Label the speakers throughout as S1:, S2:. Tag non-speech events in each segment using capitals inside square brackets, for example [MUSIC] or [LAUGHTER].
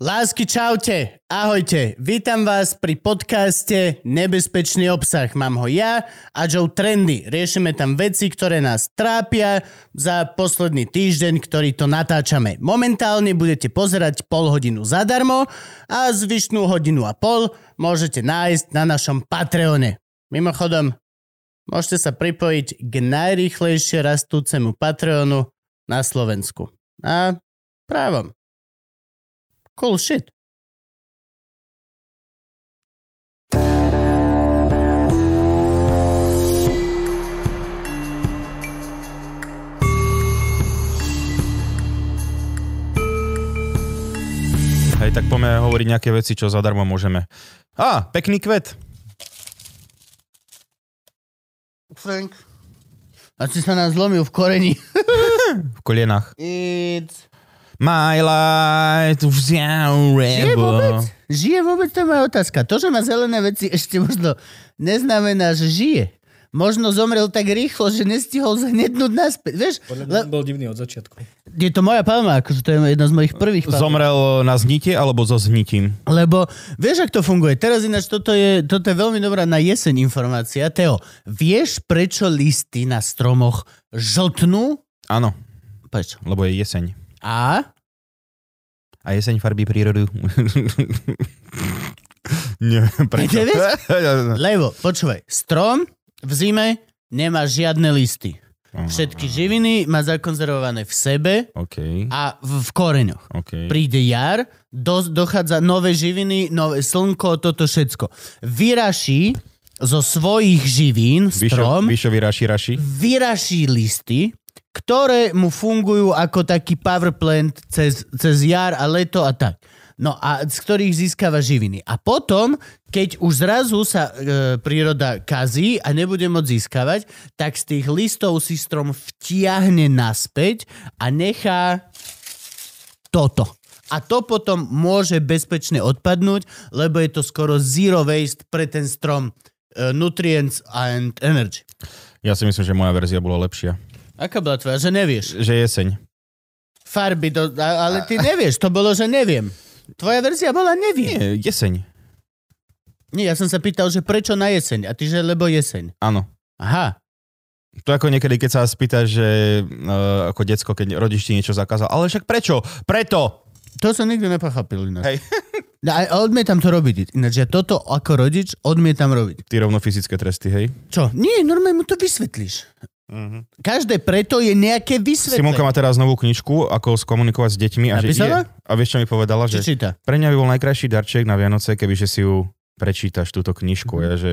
S1: Lásky, čaute, ahojte. Vítam vás pri podcaste Nebezpečný obsah. Mám ho ja a Joe Trendy. Riešime tam veci, ktoré nás trápia za posledný týždeň, ktorý to natáčame. Momentálne budete pozerať pol hodinu zadarmo a zvyšnú hodinu a pol môžete nájsť na našom Patreone. Mimochodom, môžete sa pripojiť k najrýchlejšie rastúcemu Patreonu na Slovensku. A právom. Cool shit.
S2: Hej, tak poďme hovoriť nejaké veci, čo zadarmo môžeme. Á, pekný kvet.
S1: Frank. A si sa nám zlomil v koreni.
S2: V kolienách.
S1: It's...
S2: My light už ja
S1: Žije vôbec? Žije vôbec, to je moja otázka. To, že má zelené veci ešte možno neznamená, že žije. Možno zomrel tak rýchlo, že nestihol zhnednúť naspäť. Vieš,
S3: Podľa mňa
S1: le...
S3: on bol divný od začiatku.
S1: je to moja palma, akože to je jedna z mojich prvých palm.
S2: Zomrel na zhnite alebo so zhnitím?
S1: Lebo vieš, ak to funguje. Teraz ináč toto je, toto je veľmi dobrá na jeseň informácia. Teo, vieš, prečo listy na stromoch žltnú?
S2: Áno,
S1: Prečo?
S2: lebo je jeseň.
S1: A?
S2: A jeseň farbí prírodu. [LAUGHS] Nie, prečo?
S1: Viete, Lebo, počúvaj, strom v zime nemá žiadne listy. Všetky živiny má zakonzervované v sebe
S2: [LAUGHS] OK,
S1: a v, v koreňoch.
S2: OK.
S1: Príde jar, do, dochádza nové živiny, nové slnko, toto všetko. Vyraší zo svojich živín
S2: Vyšo,
S1: strom,
S2: vyšovi raši raši.
S1: vyraší listy, ktoré mu fungujú ako taký power plant cez, cez jar a leto a tak. No a z ktorých získava živiny. A potom, keď už zrazu sa e, príroda kazí a nebude môcť získavať, tak z tých listov si strom vtiahne naspäť a nechá toto. A to potom môže bezpečne odpadnúť, lebo je to skoro zero waste pre ten strom e, nutrients and energy.
S2: Ja si myslím, že moja verzia bola lepšia.
S1: Aká bola tvoja? Že nevieš.
S2: Že jeseň.
S1: Farby, do, a- ale ty nevieš. To bolo, že neviem. Tvoja verzia bola neviem.
S2: Nie, jeseň.
S1: Nie, ja som sa pýtal, že prečo na jeseň? A ty, že lebo jeseň.
S2: Áno.
S1: Aha.
S2: To ako niekedy, keď sa spýta, že uh, ako decko, keď rodič ti niečo zakázal. Ale však prečo? Preto!
S1: To som nikdy nepochopil ináč.
S2: Hej.
S1: [LAUGHS] No, a odmietam to robiť. Ináč ja toto ako rodič odmietam robiť.
S2: Ty rovno fyzické tresty, hej?
S1: Čo? Nie, normálne mu to vysvetlíš.
S2: Mhm.
S1: Každé preto je nejaké
S2: Simonka
S1: vysvetlenie.
S2: má teraz novú knižku, ako skomunikovať s deťmi. A, že
S1: Napísala?
S2: je, a vieš, čo mi povedala?
S1: Čo
S2: Že
S1: číta?
S2: pre mňa by bol najkrajší darček na Vianoce, kebyže si ju prečítaš túto knižku.
S1: Mhm.
S2: Ja, že...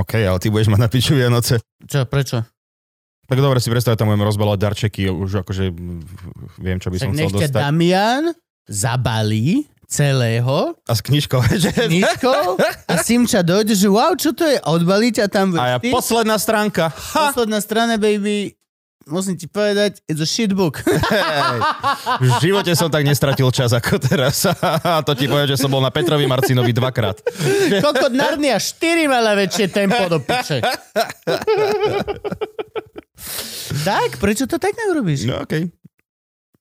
S2: OK, ale ty budeš mať na piču Vianoce.
S1: Čo, prečo?
S2: Tak dobre si predstav, tam budem rozbalovať darčeky, už akože mm, viem, čo by
S1: Tak
S2: som chcel
S1: nech ťa
S2: dostať.
S1: Damian zabalí
S2: [LAUGHS]
S1: celého
S2: A s knižkou, že...
S1: knižkou a Simča dojde, že wow, čo to je? A Odbaliť a tam...
S2: A ja,
S1: ty-
S2: posledná stránka. Ha!
S1: Posledná strana, baby, musím ti povedať, it's a shit [LAUGHS] book.
S2: Hej. V živote som tak nestratil čas ako teraz. [LAUGHS] to ti poviem, že som bol na Petrovi Marcinovi dvakrát.
S1: Kokot Narnia 4 mala väčšie tempo do piče. tak, prečo to tak neurobíš? No.
S2: No okej.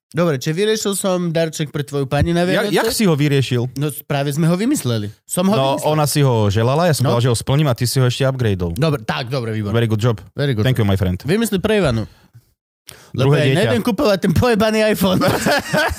S1: Dobre, čiže vyriešil som darček pre tvoju pani na
S2: Ja,
S1: Vianoce?
S2: jak si ho vyriešil?
S1: No práve sme ho vymysleli. Som ho no,
S2: No,
S1: vymyslel.
S2: ona si ho želala, ja som
S1: No.
S2: no. povedal, že ho splním a ty si ho ešte upgradeol.
S1: Dobre, tak, dobre, výborné.
S2: Very good job.
S1: Very good.
S2: Thank you, my friend.
S1: Vymysli pre Ivanu. Lebo
S2: Druhé
S1: ja
S2: dieťa.
S1: nejdem kupovať ten pojebaný
S2: [LAUGHS]
S1: iPhone.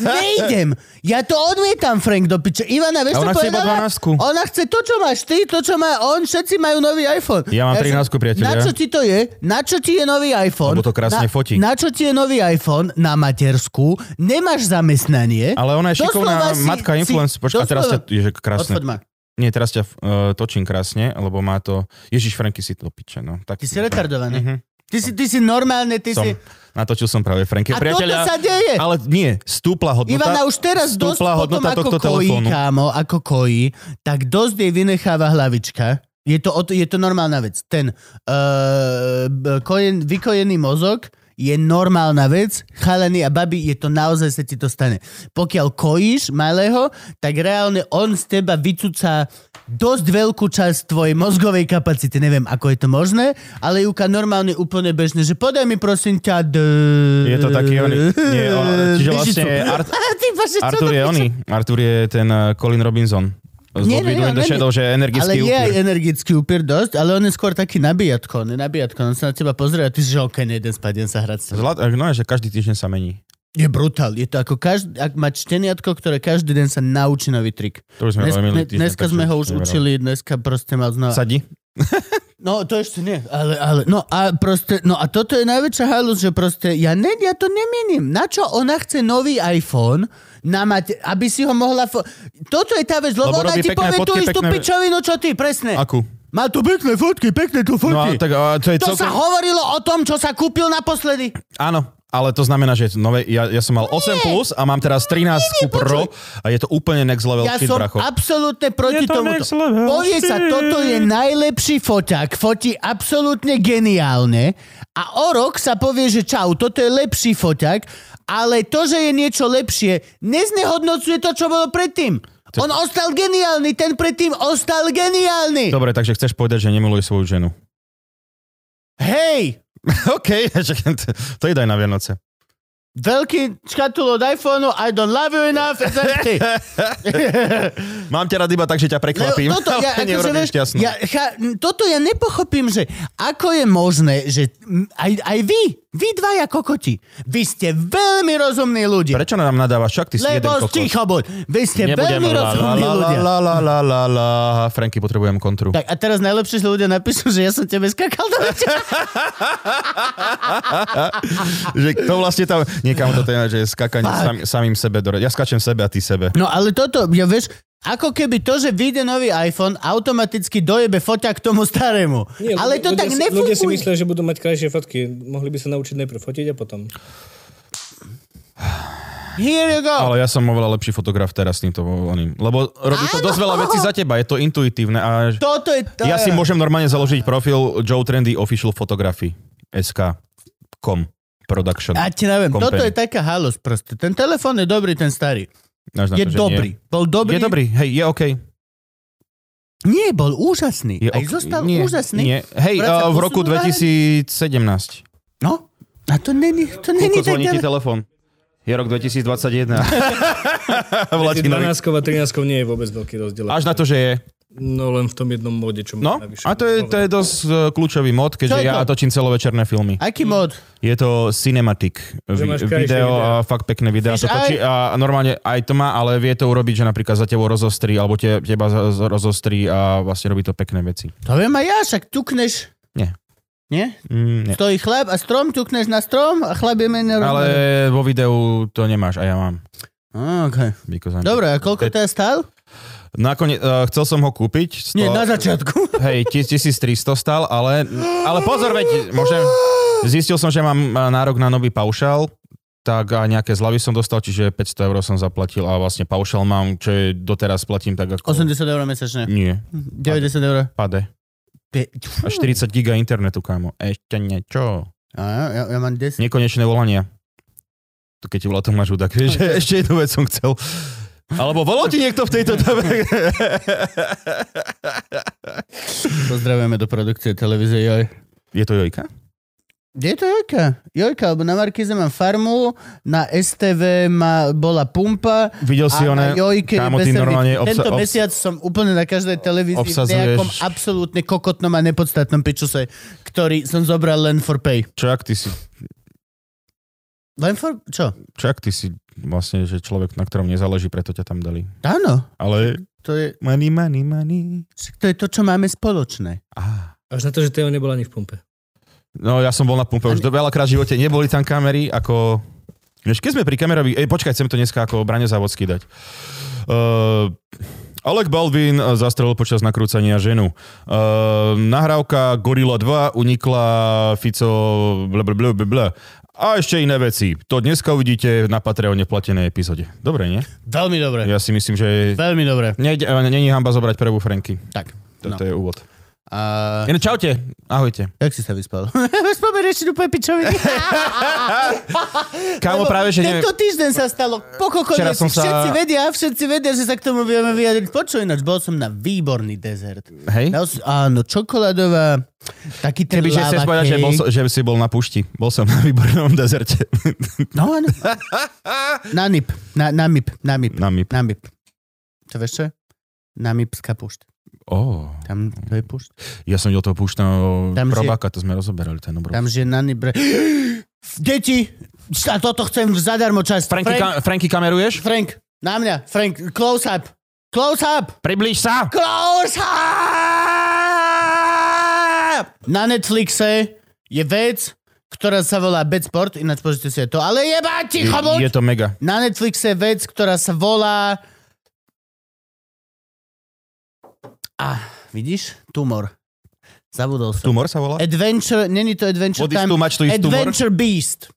S1: Nejdem. Ja to odmietam, Frank, do piče. Ivana, vieš,
S2: A
S1: čo
S2: ona chce iba
S1: povedala?
S2: 12-ku.
S1: Ona chce to, čo máš ty, to, čo má on. Všetci majú nový iPhone.
S2: Ja mám
S1: som-
S2: 13-ku, priatelia.
S1: Na čo ti to je? Na čo ti je nový iPhone?
S2: Lebo to
S1: na,
S2: krásne fotí.
S1: Na čo ti je nový iPhone? Na matersku. Nemáš zamestnanie.
S2: Ale ona je
S1: Doslova
S2: šikovná
S1: si-
S2: matka
S1: si-
S2: influence. Počkaj, teraz ťa...
S1: doslova-
S2: Ježe, krásne.
S1: Odchod ma.
S2: Nie, teraz ťa uh, točím krásne, lebo má to... Ježiš, Franky si to piče, no. Tak,
S1: Ty si retardovaný.
S2: Mhm.
S1: Ty si, ty si normálne, ty
S2: Som.
S1: si...
S2: Natočil som práve Franky.
S1: A toto sa deje.
S2: Ale nie, stúpla hodnota.
S1: Ivana už teraz dosť
S2: stúpla
S1: potom,
S2: hodnota
S1: ako
S2: tohto
S1: kojí,
S2: telefónu.
S1: kámo, ako kojí, tak dosť jej vynecháva hlavička. Je to, o to- je to normálna vec. Ten uh, kojen, eh, vykojený mozog je normálna vec. Chalani a babi, je to naozaj sa ti to stane. Pokiaľ kojíš malého, tak reálne on z teba vycúca dosť veľkú časť tvojej mozgovej kapacity. Neviem, ako je to možné, ale Juka normálne úplne bežne, že podaj mi prosím ťa... d-
S2: Je to taký oný. Nie, on, čiže
S1: lyžicu.
S2: vlastne Art,
S1: Á, [LAUGHS] ty bože, čo
S2: Artur
S1: to
S2: je
S1: píše?
S2: oný. Artur je ten eh, Colin Robinson. Z
S1: Nie, nie,
S2: nie, nie,
S1: on
S2: nie,
S1: není-
S2: Shadow, že je
S1: Ale
S2: energický
S1: je aj
S2: upír.
S1: energický upír dosť, ale on je skôr taký nabíjatko, on je nabíjatko, on sa na teba pozrie a ty si, že okej, nejden spať, idem sa hrať. sa.
S2: Zlat, no je, že každý týždeň sa mení.
S1: Je brutál, je to ako každý, ak má šteniatko, ktoré každý deň sa naučí nový trik.
S2: To už sme
S1: Dnes,
S2: ho minulý
S1: ne,
S2: týždeň,
S1: dneska
S2: takže
S1: sme ho už
S2: neviem.
S1: učili, dneska proste mal znova.
S2: Sadí?
S1: No to ešte nie, ale, ale, no a proste, no a toto je najväčšia halus, že proste, ja, ne, ja to nemienim. Na čo ona chce nový iPhone, na mať, aby si ho mohla... Fo- toto je tá vec, lebo,
S2: Lebo
S1: ona
S2: robí
S1: ti
S2: pekné
S1: povie tú
S2: fotky,
S1: istú
S2: pekné-
S1: pičovinu, čo ty, presne.
S2: Akú?
S1: Má tu pekné fotky, pekné tu
S2: No a
S1: fotky.
S2: tak a, to je
S1: To sa
S2: celkom...
S1: hovorilo o tom, čo sa kúpil naposledy.
S2: Áno, ale to znamená, že je to nové, ja, ja som mal 8 plus a mám teraz 13 Pro a je to úplne next level
S1: Ja
S2: kit,
S1: som
S2: bracho.
S1: absolútne proti
S2: Je to
S1: tomu.
S2: next level
S1: Povie sa,
S2: shit.
S1: toto je najlepší foťák, fotí absolútne geniálne a o rok sa povie, že čau, toto je lepší foťák, ale to, že je niečo lepšie, neznehodnocuje to, čo bolo predtým. On ostal geniálny, ten predtým ostal geniálny.
S2: Dobre, takže chceš povedať, že nemiluj svoju ženu.
S1: [LAUGHS] Hej!
S2: OK, [LAUGHS] však to- to je daj na Vianoce.
S1: Veľký škatul od iPhoneu, I don't love you enough, it's empty.
S2: [LAUGHS] Mám ťa rád iba tak, že ťa prekvapím. [LAUGHS]
S1: Lebo Toto, ja, akože,
S2: ale neurobím
S1: vieš,
S2: šťastnú.
S1: ja, cha, toto ja nepochopím, že ako je možné, že m, aj, aj vy, vy dvaja kokoti, vy ste veľmi rozumní ľudia.
S2: Prečo nám nadávaš? Však ty si jeden
S1: Lebo
S2: kokot.
S1: ticho buď. Vy ste
S2: Nebudem
S1: veľmi
S2: la, la,
S1: rozumní
S2: la,
S1: ľudia.
S2: la, la, la, la, la. Franky, potrebujem kontru.
S1: Tak a teraz najlepšie, že ľudia napíšu, že ja som tebe skakal do
S2: [LAUGHS]
S1: večera.
S2: Že to vlastne tam, niekam to téma, že je skakanie sam, samým sebe do re- Ja skačem sebe a ty sebe.
S1: No ale toto, ja vieš, ako keby to, že vyjde nový iPhone, automaticky dojebe foťa k tomu starému.
S3: Nie,
S1: ale to
S3: ľudia,
S1: tak
S3: si- Ľudia si
S1: nefunguje.
S3: myslia, že budú mať krajšie fotky. Mohli by sa naučiť najprv fotiť a potom.
S1: Here you go.
S2: Ale ja som oveľa lepší fotograf teraz s týmto oným. Lebo robí to dosť veľa vecí za teba, je to intuitívne. A
S1: Toto je... To
S2: ja
S1: je-
S2: si môžem normálne založiť profil Joe Trendy Official Photography. SK. Com. Production.
S1: A ti neviem,
S2: Company.
S1: toto je taká halos proste. Ten telefón je dobrý, ten starý.
S2: Náš na
S1: Je
S2: to, že
S1: dobrý. Bol
S2: Nie.
S1: dobrý.
S2: Je dobrý, hej, je OK.
S1: Nie, bol úžasný.
S2: Je
S1: Aj
S2: ok-
S1: zostal
S2: nie,
S1: úžasný.
S2: Nie. Hej,
S1: Vrať sa
S2: uh, v roku
S1: posunúva.
S2: 2017.
S1: No, a to není, to není
S2: Koľko
S1: tak
S2: zvoní ti
S1: ďalej.
S2: telefón? Je rok
S3: [LAUGHS]
S2: 2021. v
S3: Medzi
S2: Latinovi.
S3: 12 a 13 nie je vôbec veľký rozdiel.
S2: Až na to, že je.
S3: No len v tom jednom móde, čo
S2: No,
S3: má navyše.
S2: a to je, to je dosť uh, kľúčový mod,
S1: Čo
S2: keďže
S1: je
S2: ja
S1: to?
S2: točím celovečerné filmy.
S1: Aký mod?
S2: Je to cinematic
S3: Že
S2: vi-
S3: máš krajšie
S2: video
S3: videá.
S2: a fakt pekné videá
S1: Víš,
S2: to točí a normálne aj to má, ale vie to urobiť, že napríklad za tebou rozostri, alebo te, teba za- za- rozostri a vlastne robí to pekné veci.
S1: To viem aj ja, však tukneš...
S2: Nie.
S1: Nie?
S2: Mm, nie.
S1: Stojí chleb a strom, tukneš na strom a chleb je menej
S2: Ale vo videu to nemáš a ja mám.
S1: Okay.
S2: because I'm-
S1: Dobre, a koľko
S2: To je-
S1: to stál?
S2: Nakoniec, uh, chcel som ho kúpiť. Sto,
S1: Nie, na začiatku.
S2: [LAUGHS] Hej, tis- 1300 stal, ale, ale pozor, veď, môžem, zistil som, že mám eh, nárok na nový paušál, tak a nejaké zľavy som dostal, čiže 500 eur som zaplatil a vlastne paušál mám, čo je doteraz platím tak ako...
S1: 80 eur mesačne.
S2: Nie,
S1: 90 eur.
S2: pade.
S1: Pe-
S2: A 40 giga internetu, kámo. Ešte niečo.
S1: A ja, ja, ja mám 10.
S2: Nekonečné volania. To keď ti volá Tomáš Hudak, [LAUGHS]
S1: [LAUGHS]
S2: vieš, že ešte jednu vec som chcel. Alebo volal ti niekto v tejto dobe.
S1: Pozdravujeme do produkcie televízie, joj.
S2: [LAUGHS] Je to Jojka?
S1: Kde je to Jojka? Jojka, alebo na Markize mám farmu, na STV ma, bola pumpa
S2: Videl si
S1: a na
S2: one,
S1: Jojke je
S2: kámo, ty
S1: Besser
S2: normálne
S1: Beat. Tento
S2: obsa- obs-
S1: mesiac som úplne na každej televízii v
S2: obsazuješ-
S1: nejakom absolútne kokotnom a nepodstatnom pičuse, ktorý som zobral len for pay.
S2: Čak, ty si
S1: Len for... Čo?
S2: Čak, ty si vlastne, že človek, na ktorom nezáleží, preto ťa tam dali.
S1: Áno.
S2: Ale...
S1: To je,
S2: Money, money, money.
S1: to je to, čo máme spoločné.
S2: Ah.
S3: Až na to, že Teo nebola ani v pumpe.
S2: No ja som bol na pumpe už do veľakrát v živote, neboli tam kamery, ako... Vieš, keď sme pri kamerovi... Ej, počkaj, chcem to dneska ako Braňo Závodský dať. Uh, Alec Baldwin zastrelil počas nakrúcania ženu. Uh, nahrávka Gorilla 2 unikla Fico... Ble, ble, ble, ble, ble. A ešte iné veci. To dneska uvidíte na Patreone v platenej epizóde. Dobre, nie?
S1: Veľmi dobre.
S2: Ja si myslím, že...
S1: Veľmi dobre.
S2: Nejde- e, Není hamba zobrať prvú Franky.
S1: Tak. no.
S2: Toto je úvod.
S1: A...
S2: Iné, čaute, ahojte.
S1: Jak si sa vyspal? [LAUGHS] Vyspal ešte úplne
S2: [LAUGHS]
S1: pičoviny.
S2: Kámo,
S1: Lebo
S2: práve, že neviem.
S1: Tento týždeň sa stalo pokokone.
S2: Včera som sa-
S1: Všetci vedia, všetci vedia, že sa k tomu vieme vyjadriť. Počuj, ináč bol som na výborný dezert.
S2: Hej?
S1: Naozaj, áno, čokoládová, taký ten
S2: Kebyže
S1: lava
S2: chceš povedať, že,
S1: cake.
S2: bol, so- že si bol na pušti. Bol som na výbornom [LAUGHS] dezerte.
S1: No,
S2: [LAUGHS]
S1: áno. Na NIP, na, na MIP, na MIP,
S2: na MIP.
S1: na MIP. To vieš čo? je? Na MIPská pušť.
S2: Oh,
S1: Tam to je pušť.
S2: ja som videl toho puštného
S1: Tam, že-
S2: probáka, to sme rozoberali, ten obrov.
S1: Tam že na NIP... [GASPS] Bre... Deti! A toto chcem zadarmo časť.
S2: Franky,
S1: Frank,
S2: ka- Franky, kameruješ?
S1: Frank, na mňa. Frank, close up. Close up!
S2: Priblíž sa!
S1: Close up! Na Netflixe je vec, ktorá sa volá Bedsport, ináč pozrite si aj to, ale jebá ti
S2: Je,
S1: chobot!
S2: je to mega.
S1: Na Netflixe je vec, ktorá sa volá... Ah, vidíš? Tumor. Zabudol som.
S2: Tumor sa volá?
S1: Adventure, není to Adventure
S2: What is
S1: Time.
S2: too much to is tumor?
S1: Adventure Beast.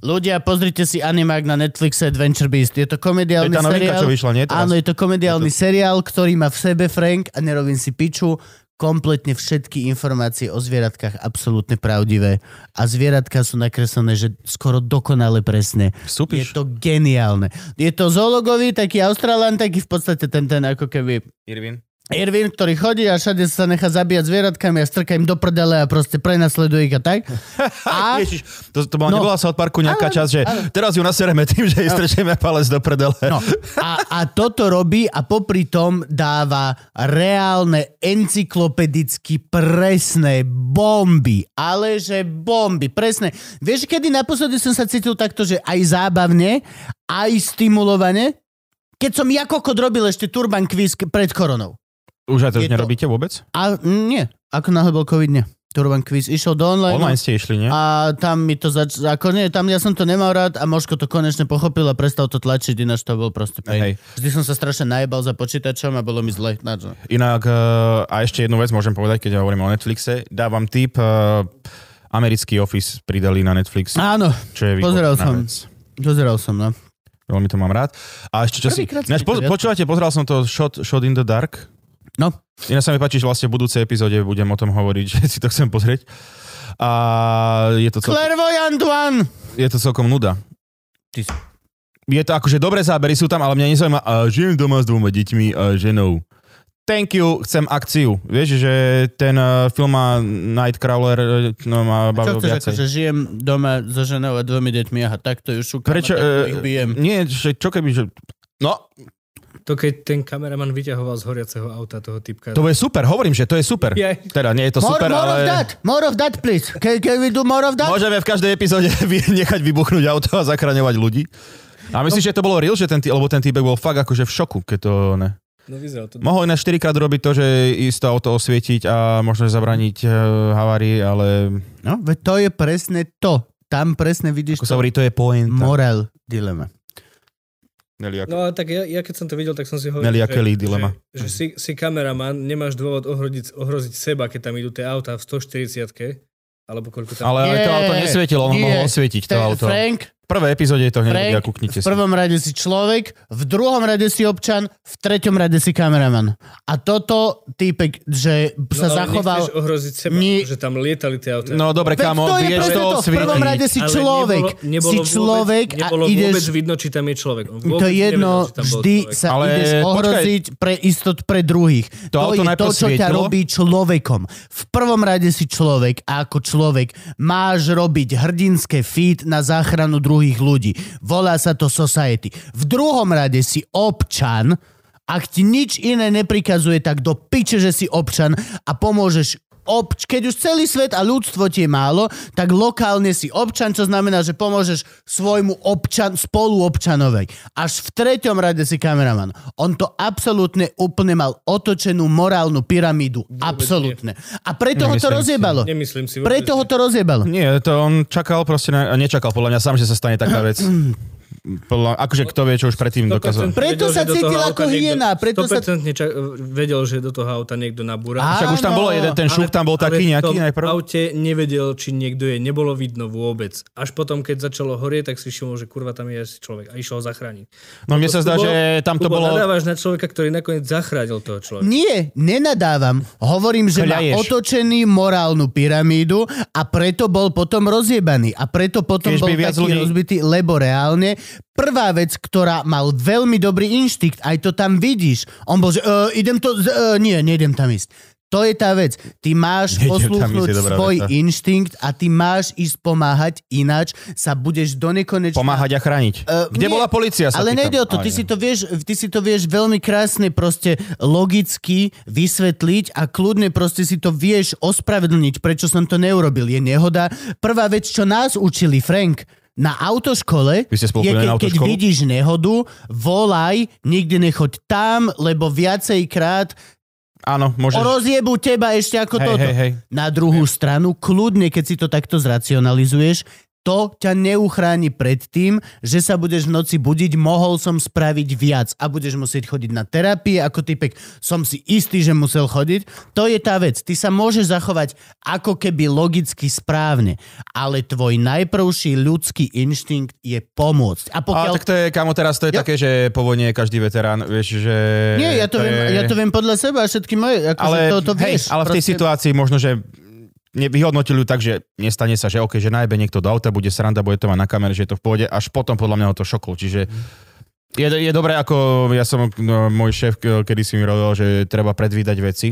S1: Ľudia, pozrite si Animák na Netflixe Adventure Beast. Je to
S2: To je
S1: komediálny
S2: tá novinka,
S1: seriál.
S2: čo vyšla, nie? Teraz?
S1: Áno, je to komediálny seriál, ktorý má v sebe Frank a nerobím si piču kompletne všetky informácie o zvieratkách absolútne pravdivé. A zvieratka sú nakreslené, že skoro dokonale presne. Je
S2: Vstúpiš?
S1: to geniálne. Je to zoologový, taký australán, taký v podstate ten, ten ako keby
S2: Irvin.
S1: Irvin, ktorý chodí a všade sa nechá zabíjať zvieratkami a strká im do prdele a proste prenasleduje ich a [LAUGHS] tak. A
S2: Ježiš, to, to bola,
S1: No.
S2: nebola sa od parku nejaká
S1: Áno,
S2: časť, že teraz ju nasereme tým, že jej strčíme palec do prdele.
S1: No, a, a toto robí a popri tom dáva reálne encyklopedicky presné bomby. Ale že bomby, presné. Vieš, kedy naposledy som sa cítil takto, že aj zábavne, aj stimulovane? Keď som ja kokot robil ešte Turban quiz k- pred koronou.
S2: Už aj to
S1: Je
S2: už
S1: to-
S2: nerobíte vôbec?
S1: A mm, nie, ako náhle bol COVID, nie. Turban quiz išiel do online.
S2: Online ste išli, nie?
S1: No. A tam mi to zač... Ako nie, tam ja som to nemal rád a Možko to konečne pochopil a prestal to tlačiť, ináč to bol proste pain.
S2: Hej.
S1: Vždy som sa strašne najebal za počítačom a bolo mi zle. Na čo?
S2: Inak, e, a ešte jednu vec môžem povedať, keď hovorím o Netflixe. Dávam tip, e, americký Office pridali na Netflix,
S1: Áno,
S2: čo je
S1: pozeral
S2: výborná
S1: som.
S2: vec.
S1: dozeral som, no.
S2: Veľmi to mám rád. A ešte čo si...
S1: Prvýkrát som
S2: Ináč, po,
S1: to viac-
S2: počúvate, pozeral som to Shot, Shot in the Dark.
S1: No,
S2: Ináč sa mi páči, že vlastne v budúcej epizóde budem o tom hovoriť, [LAUGHS] že si to chcem pozrieť. A je to, celkom,
S1: Clairvoyant One!
S2: je to celkom nuda.
S1: Ty si-
S2: Je to akože dobré zábery sú tam, ale mňa nezaujíma. A žijem doma s dvoma deťmi a ženou. Thank you, chcem akciu. Vieš, že ten uh, film má Nightcrawler uh, no, ma
S1: Čo
S2: bavil
S1: chceš,
S2: viacej.
S1: akože žijem doma so ženou a dvomi deťmi, aha, takto ju šukám a
S2: Prečo?
S1: takto ich bijem.
S2: Uh, nie, že, čo keby, že... No,
S3: To keď ten kameraman vyťahoval z horiaceho auta toho typka.
S2: to je super, hovorím, že to je super.
S3: Jej.
S2: Teda nie je to
S1: More,
S2: super,
S1: more of
S2: ale...
S1: that, more of that, please. Can, can we do more of that?
S2: Môžeme v každej epizóde [LAUGHS] vy- nechať vybuchnúť auto a zachraňovať ľudí. A myslíš, že to bolo real, že ten, tý- lebo ten týbek bol fakt akože v šoku, keď to ne.
S3: No vyzeral to.
S2: Mohol ináč 4 krát robiť to, že isto auto osvietiť a možno že zabraniť e, havárii, ale
S1: No, veď to je presne to. Tam presne vidíš
S2: ako sa
S1: to
S2: hovorí, to je pointa.
S1: moral dilema.
S2: Neliak-
S3: No a tak ja, ja, keď som to videl, tak som si hovoril,
S2: Nelly Akelly dilema.
S3: že, že si, si kameraman, nemáš dôvod ohroziť, ohroziť seba, keď tam idú tie autá v 140 alebo koľko tam...
S2: Ale aj to
S1: Nie,
S2: auto nesvietilo, ono
S1: nie.
S2: mohlo osvietiť to
S1: Ten
S2: auto.
S1: Frank,
S2: V prvej epizóde je to hneď
S1: Frank,
S2: ľudia, kúknite
S1: v
S2: si.
S1: prvom rade si človek, v druhom rade si občan, v treťom rade si kameraman. A toto týpek, že sa
S3: No, ale
S1: zachoval...
S3: nechceš ohroziť seba,
S1: Ni-
S3: že tam lietali tie autá.
S2: No dobre,
S1: Veď
S2: kamo,
S1: to je
S2: vieš
S1: presne
S2: to
S1: to, v prvom rade
S2: osvietiť.
S1: si
S3: Ale
S1: človek. si človek
S3: vôbec, nebolo
S1: a ideš...
S3: vôbec vidno, či tam je človek. On
S1: To je jedno,
S3: nevedel, či tam bol
S1: vždy
S3: človek.
S1: sa
S2: Ale
S1: ale ideš
S2: počkaj.
S1: ohroziť pre istot pre druhých.
S2: To auto
S1: je to,
S2: najprv
S1: čo ťa
S2: svietilo?
S1: robí človekom. V prvom rade si človek a ako človek máš robiť hrdinské feed na záchranu druhých ľudí. Volá sa to society. V druhom rade si občan, ak ti nič iné neprikazuje, tak do piče, že si občan a pomôžeš obč- keď už celý svet a ľudstvo ti je málo, tak lokálne si občan, čo znamená, že pomôžeš svojmu občan, spoluobčanovi. Až v treťom rade si kameraman. On to absolútne úplne mal otočenú morálnu pyramídu. absolútne. A preto ho to
S2: Nemyslím si.
S1: rozjebalo.
S3: Nemyslím si. vôbec,
S1: Preto ho
S3: že-
S1: to rozjebalo. [CLEARS THROAT]
S2: Nie, to on čakal proste, na, nečakal podľa mňa sám, že sa stane taká vec. podľa, akože kto vie, čo už predtým
S1: No,
S2: dokázal.
S3: 100%
S1: Preto
S3: vedel,
S1: sa
S3: že do toho
S1: cítil
S3: auta
S1: ako
S3: niekto-
S1: hyena, preto sa-
S3: 100% ča- vedel, že do toho auta niekto nabúra.
S1: Á,
S2: Však už tam
S1: Áno.
S2: bolo jeden, ten šup tam bol taký
S3: ale
S2: nejaký
S3: v tom
S2: najprv.
S3: aute nevedel, či niekto je, nebolo vidno vôbec. Až potom, keď začalo horieť, tak si všimol, že kurva tam je asi človek a išiel ho zachrániť.
S2: No mne sa zdá,
S3: Kubo,
S2: že tam to
S3: Kubo,
S2: bolo...
S3: Nadávaš na človeka, ktorý nakoniec zachránil toho človeka.
S1: Nie, nenadávam. Hovorím, že má
S2: Kľaješ.
S1: otočený morálnu pyramídu a preto bol potom rozjebaný. A preto potom
S2: Keď
S1: bol
S2: by viac
S1: taký
S2: ľudí-
S1: rozbitý, lebo reálne prvá vec, ktorá mal veľmi dobrý inštinkt, aj to tam vidíš. On bol, že e, idem to... Z, e, nie, nejdem tam ísť. To je tá vec. Ty máš
S2: Nejdem tam
S1: poslúchnuť
S2: ísť, je dobrá
S1: svoj
S2: veta.
S1: inštinkt a ty máš ísť pomáhať, ináč sa budeš do nekonečna
S2: Pomáhať a chrániť.
S1: Eh,
S2: Kde
S1: nie,
S2: bola policia? Sa
S1: Ale
S2: pýtam.
S1: nejde o to,
S2: Aj,
S1: ty
S2: aj.
S1: si to, vieš, ty si to vieš veľmi krásne proste logicky vysvetliť a kľudne proste si to vieš ospravedlniť, prečo som to neurobil. Je nehoda. Prvá vec, čo nás učili, Frank, na autoškole,
S2: Vy ste spolu
S1: je,
S2: chodili
S1: keď,
S2: na
S1: keď
S2: autoškolu?
S1: vidíš nehodu, volaj, nikdy nechoď tam, lebo viacejkrát
S2: Áno, môžeš...
S1: rozjebu teba ešte ako
S2: Hej,
S1: toto.
S2: hej, hej.
S1: Na druhú stranu, kľudne, keď si to takto zracionalizuješ, to ťa neuchráni pred tým, že sa budeš v noci budiť, mohol som spraviť viac a budeš musieť chodiť na terapie, ako typek som si istý, že musel chodiť. To je tá vec. Ty sa môžeš zachovať ako keby logicky správne, ale tvoj najprvší ľudský inštinkt je pomôcť. A
S2: A
S1: pokiaľ...
S2: tak to je, kamo, teraz to je
S1: Ja-
S2: také, že povodne je každý veterán, vieš, že...
S1: Nie, ja to, viem,
S2: je-
S1: ja to viem podľa seba a všetky moje, akože
S2: ale,
S1: to, to vieš.
S2: hej, ale v tej
S1: proste-
S2: situácii možno, že vyhodnotili ju tak, že nestane sa, že OK, že najbe niekto do auta, bude sranda, bude to mať na kamere, že je to v pôde, až potom podľa mňa ho to šokol. Čiže je, je dobré, ako ja som, no, môj šéf, ke- kedy si mi robil, že treba predvídať veci.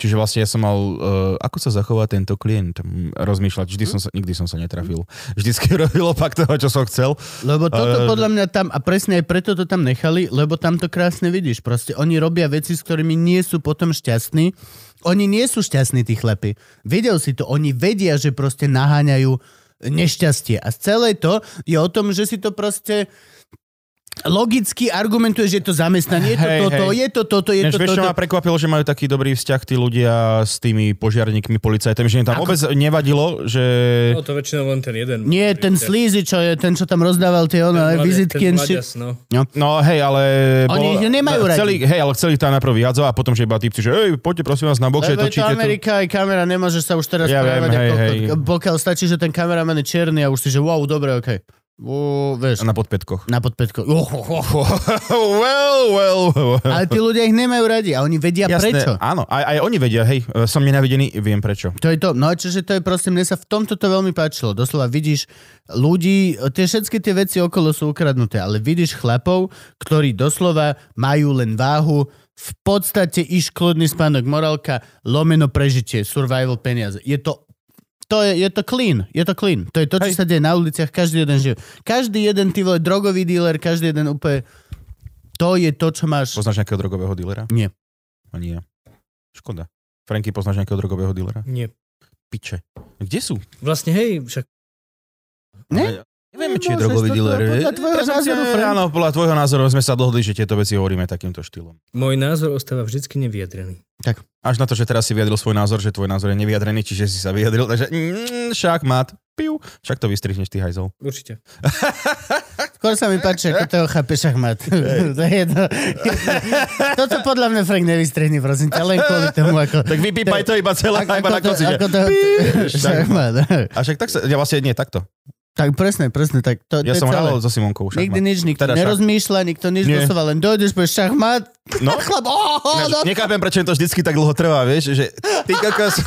S2: Čiže vlastne ja som mal, uh, ako sa zachová tento klient, mm, rozmýšľať. Vždy
S1: Hm?
S2: som sa, nikdy som sa netrafil. Vždycky [LAUGHS] robil opak toho, čo som chcel.
S1: Lebo toto
S2: Ale-
S1: podľa mňa tam, a presne aj preto to tam nechali, lebo tam to krásne vidíš. Proste oni robia veci, s ktorými nie sú potom šťastní. Oni nie sú šťastní, tí chlapi. Videl si to, oni vedia, že proste naháňajú nešťastie. A celé to je o tom, že si to proste logicky argumentuje, že je to zamestnanie, je to
S2: Hej,
S1: toto,
S2: hej.
S1: je to toto, je
S2: Než
S1: to
S2: vieš, čo
S1: toto.
S2: ma prekvapilo, že majú taký dobrý vzťah tí ľudia s tými požiarníkmi, policajtami, že im tam
S1: Ako-
S2: vôbec nevadilo, že...
S3: No to väčšinou len ten jeden.
S1: Nie, ten slízy, čo je, ten, čo tam rozdával tie ono,
S3: Ten
S1: aj
S3: mladý-
S1: vizitky
S3: ten
S1: and shit.
S3: mladias, no.
S2: No hej, ale...
S1: Oni ich nemajú radi.
S2: chceli, Hej, ale chceli ich tam najprv vyhadzovať a potom, že iba típci, že hej, poďte prosím vás na bok, že
S1: Lebo je to
S2: točíte tu.
S1: Amerika, aj kamera nemôže sa už teraz
S2: Ja viem,
S1: správať,
S2: hej,
S1: ako-
S2: hej.
S1: pokiaľ stačí, že ten kameraman je čierny a už si, že wow, dobre, okej. Okay. Vieš, na,
S2: Na
S1: [LAUGHS]
S2: podpätkoch.
S1: na podpätko. Oh, oh, oh.
S2: well, well, well.
S1: Ale
S2: [LAUGHS]
S1: tí ľudia ich nemajú radi a oni vedia Jasné. prečo.
S2: áno, aj, aj oni vedia, hej, e, som nenavidený, viem prečo.
S1: To je to. No a čiže to je proste, mne sa v tomto to veľmi páčilo. Doslova vidíš ľudí, tie všetky tie veci okolo sú ukradnuté, ale vidíš chlapov, ktorí doslova majú len váhu, v podstate iš kľudný spánok, morálka, lomeno prežitie, survival peniaze. Je to to je, je to clean, je to clean. To je to, čo
S2: Hej.
S1: sa deje na uliciach, každý jeden žije. Každý jeden, ty vole, drogový dealer, každý jeden úplne... To je to, čo máš...
S2: Poznáš nejakého drogového dílera?
S1: Nie.
S2: Ani ja. Škoda. Franky, poznáš nejakého drogového dílera?
S3: Nie.
S2: Piče. Kde sú?
S3: Vlastne hej, však
S1: Ne?
S2: Nevieme, či je
S1: Môžeš
S2: drogový
S1: toto-
S2: dealer.
S1: podľa tvojho
S2: Prezumcia-
S1: názoru, Frank.
S2: Áno, podľa tvojho názoru sme sa dohodli, že tieto veci hovoríme takýmto štýlom.
S3: môj názor ostáva vždycky nevyjadrený.
S2: Až na to, že teraz si vyjadril svoj názor, že tvoj názor je nevyjadrený, čiže si sa vyjadril, takže mm, šak mat, piu, však to vystrihneš ty hajzel.
S3: Určite.
S1: Skôr sa mi páči, ako toho chápe šachmat. [LAUGHS] to je jedno. Toto podľa mňa Frank nevystrihne, prosím ťa, len kvôli tomu, ako...
S2: Tak vypípaj to iba celé,
S1: ako-
S2: iba na
S1: ako to-
S2: konci, že
S1: ako to- [LAUGHS] šachmat.
S2: A však tak sa, ja vlastne nie, takto.
S1: Tak presne, presne, tak to,
S2: Ja
S1: to je
S2: som
S1: celé.
S2: hral so Simonkou
S1: Nikdy
S2: šachmat.
S1: nič, nikto
S2: Teda šach.
S1: nerozmýšľa, nikto nič
S2: Nie.
S1: doslova, len dojdeš, povieš šachmat,
S2: No.
S1: [LAUGHS] chlap, oh, oh, no.
S2: Nechápem, prečo im to vždycky tak dlho trvá, vieš, že ty
S1: [LAUGHS]
S2: kokos,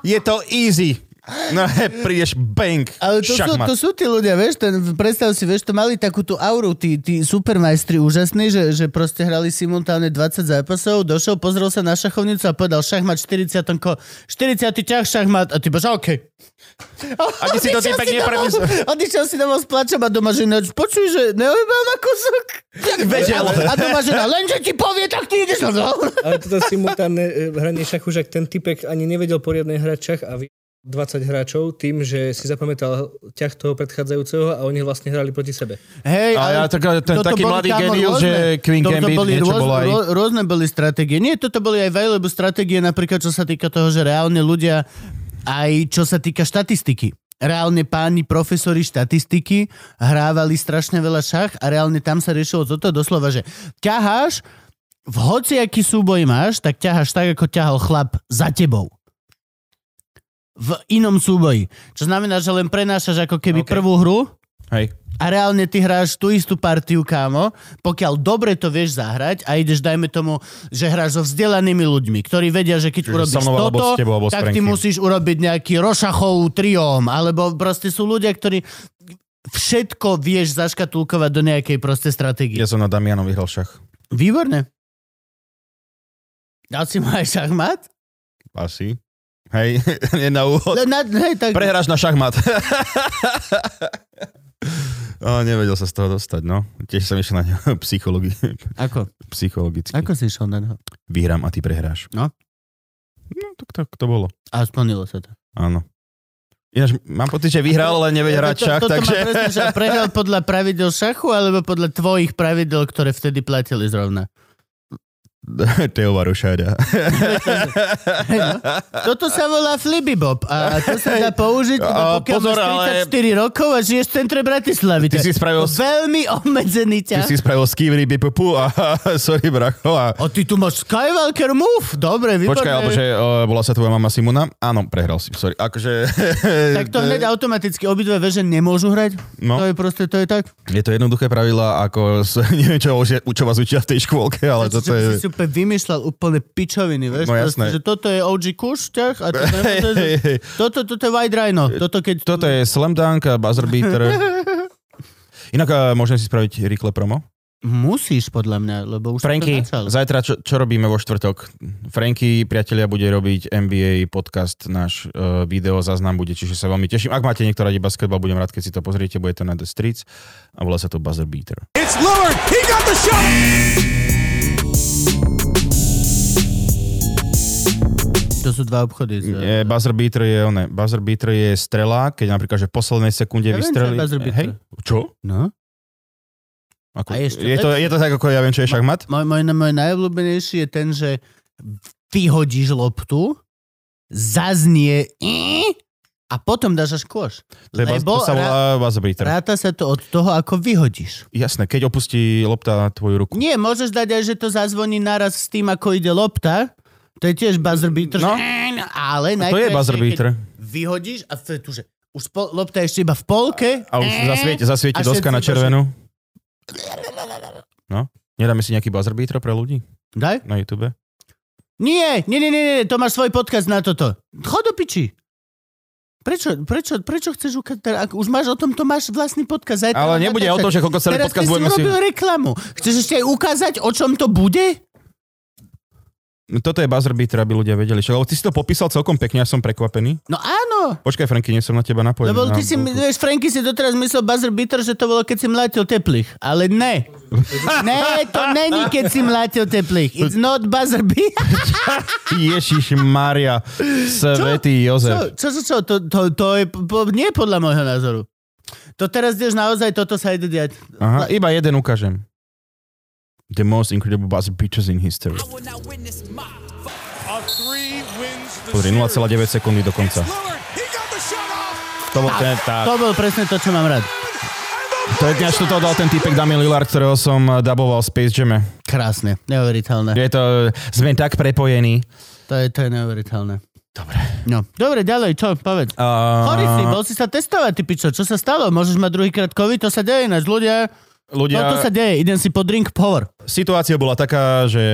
S2: je to easy. No he, prídeš bang,
S1: Ale to sú, to
S2: šachmat.
S1: sú tí ľudia, vieš, ten, predstav si, vieš, to mali takú tú auru, tí, tí supermajstri úžasní, že, že proste hrali simultánne 20 zápasov, došiel, pozrel sa na šachovnicu a povedal šachmat 40, ko, 40 ťah šachmat a ty bože, OK.
S2: A ty si
S1: Odišiel
S2: to typek
S1: si domov-
S2: nepremyslel.
S1: Odišiel si domov s plačom a doma žena, počuj, že neobjebal ma kusok.
S2: Vedel.
S1: A, a doma žena, lenže ti povie, tak ty ideš. No.
S3: Ale toto simultánne e, hranie šachu, že ak ten typek ani nevedel poriadne hrať šach a vy 20 hráčov tým, že si zapamätal ťah toho predchádzajúceho a oni vlastne hrali proti sebe.
S1: Hej,
S2: A ja tak- ten
S1: toto
S2: taký
S1: boli,
S2: mladý
S1: kámo,
S2: génius, že Queen
S1: toto
S2: Gambit,
S1: boli
S2: niečo
S1: rôz,
S2: bolo aj-
S1: rô- Rôzne boli stratégie. Nie, toto boli aj valuable stratégie, napríklad čo sa týka toho, že reálne ľudia, aj čo sa týka štatistiky. reálne páni profesori štatistiky hrávali strašne veľa šach a reálne tam sa riešilo toto doslova, že ťaháš, v hociaký súboj máš, tak ťaháš tak, ako ťahal chlap za tebou. V inom súboji. Čo znamená, že len prenášaš ako keby okay.
S2: OK.
S1: prvú hru
S2: Hej.
S1: a reálne ty hráš tú istú partiu, kámo, pokiaľ dobre to vieš zahrať a ideš, dajme tomu, že hráš so vzdelanými ľuďmi, ktorí vedia, že keď
S2: Čiže
S1: urobíš
S2: so mnou alebo
S1: toto,
S2: s tebou, alebo s
S1: tak ty
S2: Frankiem.
S1: musíš urobiť nejaký Rošachov trióm, alebo proste sú ľudia, ktorí všetko vieš zaškatulkovať do nejakej proste stratégie.
S2: Ja som na Damianov vyhral šach.
S1: Výborné. Dal si mu aj šachmat?
S2: Asi. Hej, [LAUGHS] nie na úvod.
S1: Le- Na, hej, tak...
S2: Prehráš na šachmat. [LAUGHS] o, nevedel sa z toho dostať, no. Tiež som išiel na ňo [LAUGHS] psychologi-
S1: Ako?
S2: psychologicky.
S1: Ako si išiel na neho?
S2: Vyhrám a ty prehráš.
S1: No.
S2: No, tak, tak to bolo.
S1: A splnilo sa to.
S2: Áno. Ináč, mám pocit, že vyhral, ale nevedia hrať šach,
S1: to, to,
S2: takže...
S1: Toto ma
S2: [LAUGHS]
S1: presne, že prehral podľa pravidel šachu, alebo podľa tvojich pravidel, ktoré vtedy platili zrovna.
S2: Teova Rošáda.
S1: no. Toto sa volá Flippy Bob a to sa dá použiť,
S2: A
S1: iba pokiaľ
S2: pozor, ale-
S1: máš 34 rokov a žiješ v centre Bratislavy. To
S2: Ty
S1: je
S2: si spravil-
S1: Veľmi obmedzený
S2: [LAUGHS] Ty
S1: ťah.
S2: si spravil skivry bipupu a [LAUGHS] sorry bracho. A...
S1: A ty tu máš Skywalker Move. Dobre, výborné.
S2: Počkaj, alebo že o, bola sa tvoja mama Simona? Áno, prehral si, sorry. Akože...
S1: [LAUGHS] Tak to hneď automaticky obidve veže nemôžu hrať.
S2: e- No.
S1: To je proste, to je tak.
S2: Je to jednoduché pravidlo, ako s, [LAUGHS] neviem, čo, už- čo vás učia v tej škôlke, ale
S1: Že- že
S2: toto
S1: by
S2: je...
S1: si si úplne vymýšľal úplne pičoviny, vieš?
S2: No
S1: proste,
S2: jasné.
S1: že toto je OG kuš ťah
S2: [LAUGHS]
S1: a to nemôže, že... toto, toto je White Rhino. Toto keď...
S2: Toto je slam dunk, a buzzer
S1: [LAUGHS]
S2: beater. Inak a môžem si spraviť rýchle promo?
S1: Musíš, podľa mňa, lebo už
S2: Franky,
S1: si to začal.
S2: zajtra čo, čo robíme vo štvrtok? Franky, priatelia, bude robiť NBA podcast, náš uh, video záznam bude, čiže sa veľmi teším. Ak máte niekto radi basketbal, budem rád, keď si to pozriete, bude to na The Streets a volá sa to Buzzer Beater.
S4: It's lowered. He got the shot.
S1: To sú dva obchody. Z...
S2: Je, buzzer beater je one. Buzzer beater je strela, keď napríklad, že v poslednej sekunde
S1: Ja viem, čo je
S2: vystrelí.
S1: buzzer beater.
S2: Hej, čo?
S1: No.
S2: Ako,
S1: A ešte
S2: je, to, je to tak, ako ja viem, čo je šachmat?
S1: Môj, môj, môj no, najobľúbenejší je ten, že vyhodíš loptu, zaznie "Í" a potom dáš až koš.
S2: To, je, buzz-
S1: Lebo
S2: to sa volá
S1: rá-
S2: buzzer beater.
S1: ráta sa to od toho, ako vyhodíš.
S2: Jasné, keď opustí lopta tvoju ruku.
S1: Nie, môžeš dať aj, že to zazvoní naraz s tým, ako ide lopta. To je tiež buzzer beater.
S2: No.
S1: No. Ale
S2: to je buzzer beater.
S1: Vyhodíš a to je tu, že už po, lopta je ešte iba v polke.
S2: A už zasvieti, zasvieti
S1: Eh? A
S2: doska
S1: všetci
S2: na
S1: to-
S2: červenú. No, nedáme si nejaký buzzer beater pre ľudí
S1: Daj?
S2: na YouTube?
S1: Nie, nie, nie, nie, nie, to máš svoj podcast na toto. Chod do piči. Prečo, prečo, prečo chceš ukázať, teda, ak už máš o tom, to máš vlastný podcast. Zajtra
S2: Ale
S1: mám
S2: nebude
S1: natáčať.
S2: o tom, že koľko celý
S1: Teraz
S2: podcast
S1: ty si
S2: budeme si...
S1: urobil reklamu. Chceš ešte aj ukázať, o čom to bude?
S2: No Toto je buzzer beater, aby ľudia vedeli. Však, lebo ty si to popísal celkom pekne, ja som prekvapený.
S1: No áno.
S2: Počkaj, Franky, nie som na teba napojený.
S1: Lebo ty
S2: Na-
S1: si, vieš, Franky si doteraz myslel buzzer beater, že to bolo, keď si mlátil teplých. Ale
S2: [LAUGHS]
S1: ne. ne, to není, keď si mlátil teplých. It's not buzzer beater.
S2: Ježiš Maria, svetý
S1: Čo,
S2: Jozef.
S1: čo, čo, čo? To, to, to je po, nie podľa môjho názoru. To teraz ideš naozaj, toto sa ide diať.
S2: Aha, No, iba jeden ukážem. The most incredible buzzer beaters in history.
S4: will not witness my
S5: A three wins the
S2: Pozri, 0,9
S5: series.
S2: sekundy do konca.
S4: Lillard. He got the shot off.
S2: To bol ten, tá,
S1: To bol presne to, čo mám rád.
S2: to je dňaž, to dal ten typek Damien Lillard, ktorého som eh, daboval v Space Jamme.
S1: Krásne, neuveriteľné.
S2: Je to, eh, sme tak prepojení.
S1: To je, to je neuveriteľné. Dobre. No, dobre, ďalej, čo, povedz. Chorý si,
S2: Uh,
S1: bol si sa testovať, ty pičo, čo sa stalo? Môžeš mať druhýkrát COVID, to sa deje, náš ľudia,
S2: ľudia,
S1: ja... toto no, sa deje, idem si po drink, hovor.
S2: situácia bola taká, že...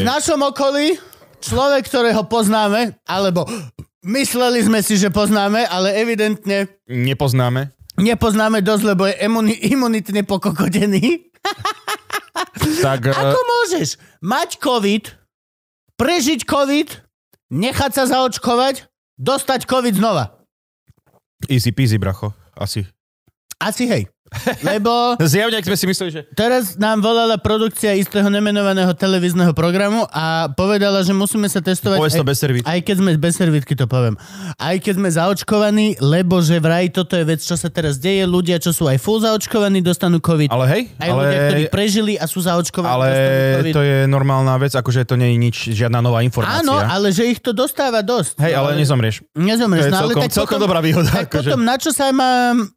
S1: V našom okolí človek, ktorého poznáme, alebo mysleli sme si, že poznáme, ale evidentne
S2: Nepoznáme.
S1: nepoznáme dosť, lebo je imuni- imunitne pokokodený.
S2: Tak, eh,
S1: Ako môžeš mať COVID, prežiť COVID, nechať sa zaočkovať, dostať COVID znova?
S2: easy peasy, bracho. Asi. [LAUGHS]
S1: Asi hej. Lebo
S2: Zjavne, ak sme si mysleli, že...
S1: teraz nám volala produkcia istého nemenovaného televízneho programu a povedala, že musíme sa testovať...
S2: Povedz to
S1: aj-
S2: bez servítky.
S1: Aj keď sme bez servitky, to poviem. Aj keď sme zaočkovaní, lebo že vraj toto je vec, čo sa teraz deje. Ľudia, čo sú aj full zaočkovaní, dostanú COVID.
S2: Ale hej,
S1: aj ľudia, ktorí
S2: ale,
S1: prežili a sú zaočkovaní,
S2: ale
S1: dostanú COVID.
S2: to je normálna vec, akože to nie je nič, žiadna nová informácia.
S1: Áno, ale že ich to dostáva dosť.
S2: Hej, ale nezomrieš.
S1: Nezomrieš,
S2: To je
S1: no ale
S2: celkom-
S1: tak
S2: celkom
S1: potom,
S2: dobrá výhoda,
S1: Tak
S2: akože.
S1: potom na čo sa mám...